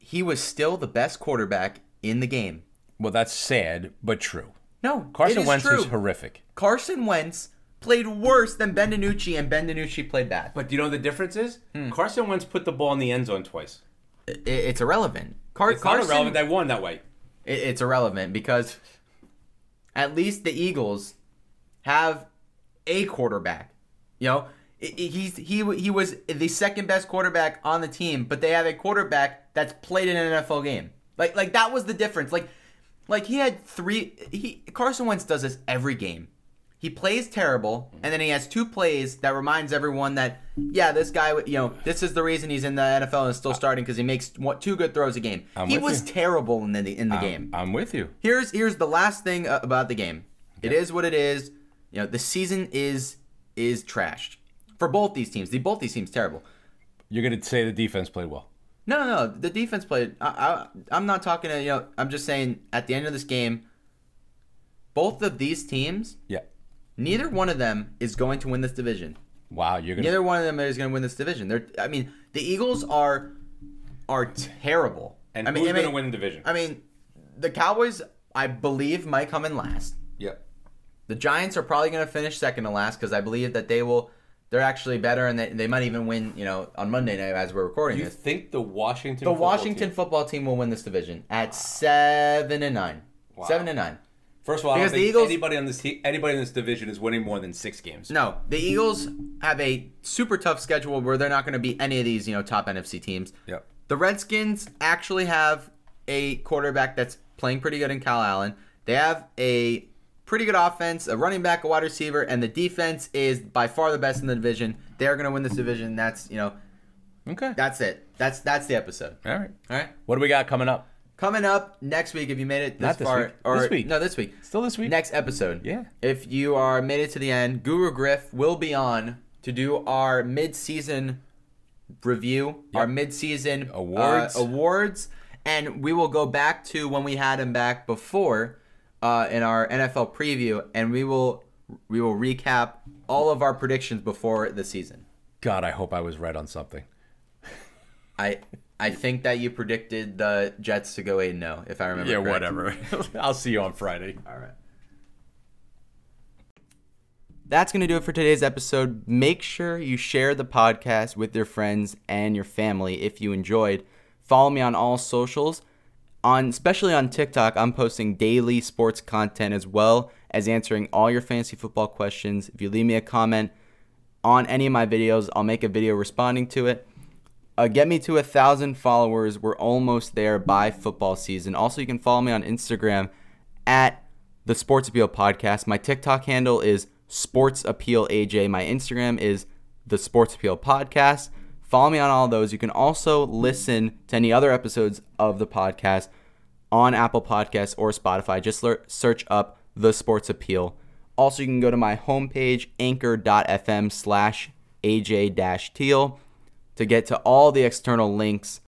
S1: He was still the best quarterback in the game.
S2: Well, that's sad but true.
S1: No, it
S2: Carson
S1: is
S2: Wentz
S1: true.
S2: is horrific.
S1: Carson Wentz played worse than Ben DiNucci, and Ben DiNucci played bad.
S2: But do you know what the difference is?
S1: Hmm.
S2: Carson Wentz put the ball in the end zone twice.
S1: I- it's irrelevant. Car- Carson,
S2: They won that way.
S1: it- it's irrelevant because at least the Eagles have a quarterback. You know, I- I- he's he w- he was the second best quarterback on the team, but they have a quarterback that's played in an NFL game. Like like that was the difference. Like like he had three. He Carson Wentz does this every game. He plays terrible, and then he has two plays that reminds everyone that yeah, this guy, you know, this is the reason he's in the NFL and still starting because he makes what two good throws a game. he
S2: with
S1: was
S2: you.
S1: terrible in the in the game.
S2: I'm with you.
S1: Here's here's the last thing uh, about the game. It is what it is. You know, the season is is trashed for both these teams. The both these teams terrible.
S2: You're going to say the defense played well.
S1: No, no, no. The defense played. I, I, I'm not talking to you know. I'm just saying at the end of this game, both of these teams,
S2: Yeah.
S1: neither one of them is going to win this division.
S2: Wow, you're gonna.
S1: Neither one of them is going to win this division. They're. I mean, the Eagles are are terrible.
S2: and
S1: I mean,
S2: who's
S1: I mean-
S2: gonna win the division?
S1: I mean, the Cowboys, I believe, might come in last.
S2: Yep.
S1: The Giants are probably going to finish second to last because I believe that they will. They're actually better, and they, they might even win. You know, on Monday night as we're recording
S2: You
S1: this,
S2: think the Washington?
S1: the Washington football team will win this division at seven and nine.
S2: Wow.
S1: Seven and nine.
S2: First of all, I don't
S1: Because the
S2: think
S1: Eagles-
S2: anybody on this te- anybody in this division is winning more than six games.
S1: No, the Eagles have a super tough schedule where they're not going to beat any of these, you know, top NFC teams.
S2: Yep.
S1: The Redskins actually have a quarterback that's playing pretty good in Kyle Allen. They have a pretty good offense, a running back, a wide receiver, and the defense is by far the best in the division. They're going to win this division. That's, you know,
S2: Okay.
S1: that's it. That's that's the episode.
S2: all right.
S1: All right.
S2: What do we got coming up?
S1: Coming up next week, if you made it this
S2: Not this
S1: far,
S2: week.
S1: or
S2: This week.
S1: no, this week,
S2: Still this week?
S1: next episode.
S2: Yeah.
S1: If you are made it to the end, Guru Griff will be on to do our mid-season review, our mid-season uh,
S2: Awards.
S1: awards, and we will go back to when we had him back before uh, in our NFL preview, and we will we will recap all of our predictions before the season.
S2: God, I hope I was right on something.
S1: I. I think that you predicted the Jets to go 8 0, if I remember
S2: Yeah,
S1: correctly.
S2: whatever. I'll see you on Friday.
S1: All right. That's going to do it for today's episode. Make sure you share the podcast with your friends and your family if you enjoyed. Follow me on all socials. On especially on TikTok, I'm posting daily sports content as well as answering all your fantasy football questions. If you leave me a comment on any of my videos, I'll make a video responding to it uh, get me to a thousand followers. We're almost there by football season. Also, you can follow me on Instagram at the Sports Appeal Podcast. My TikTok handle is Sports Appeal AJ. My Instagram is the Sports Appeal Podcast. Follow me on all those. You can also listen to any other episodes of the podcast on Apple Podcasts or Spotify. Just lear- search up The Sports Appeal. Also, you can go to my homepage, anchor.fm slash AJ Teal, to get to all the external links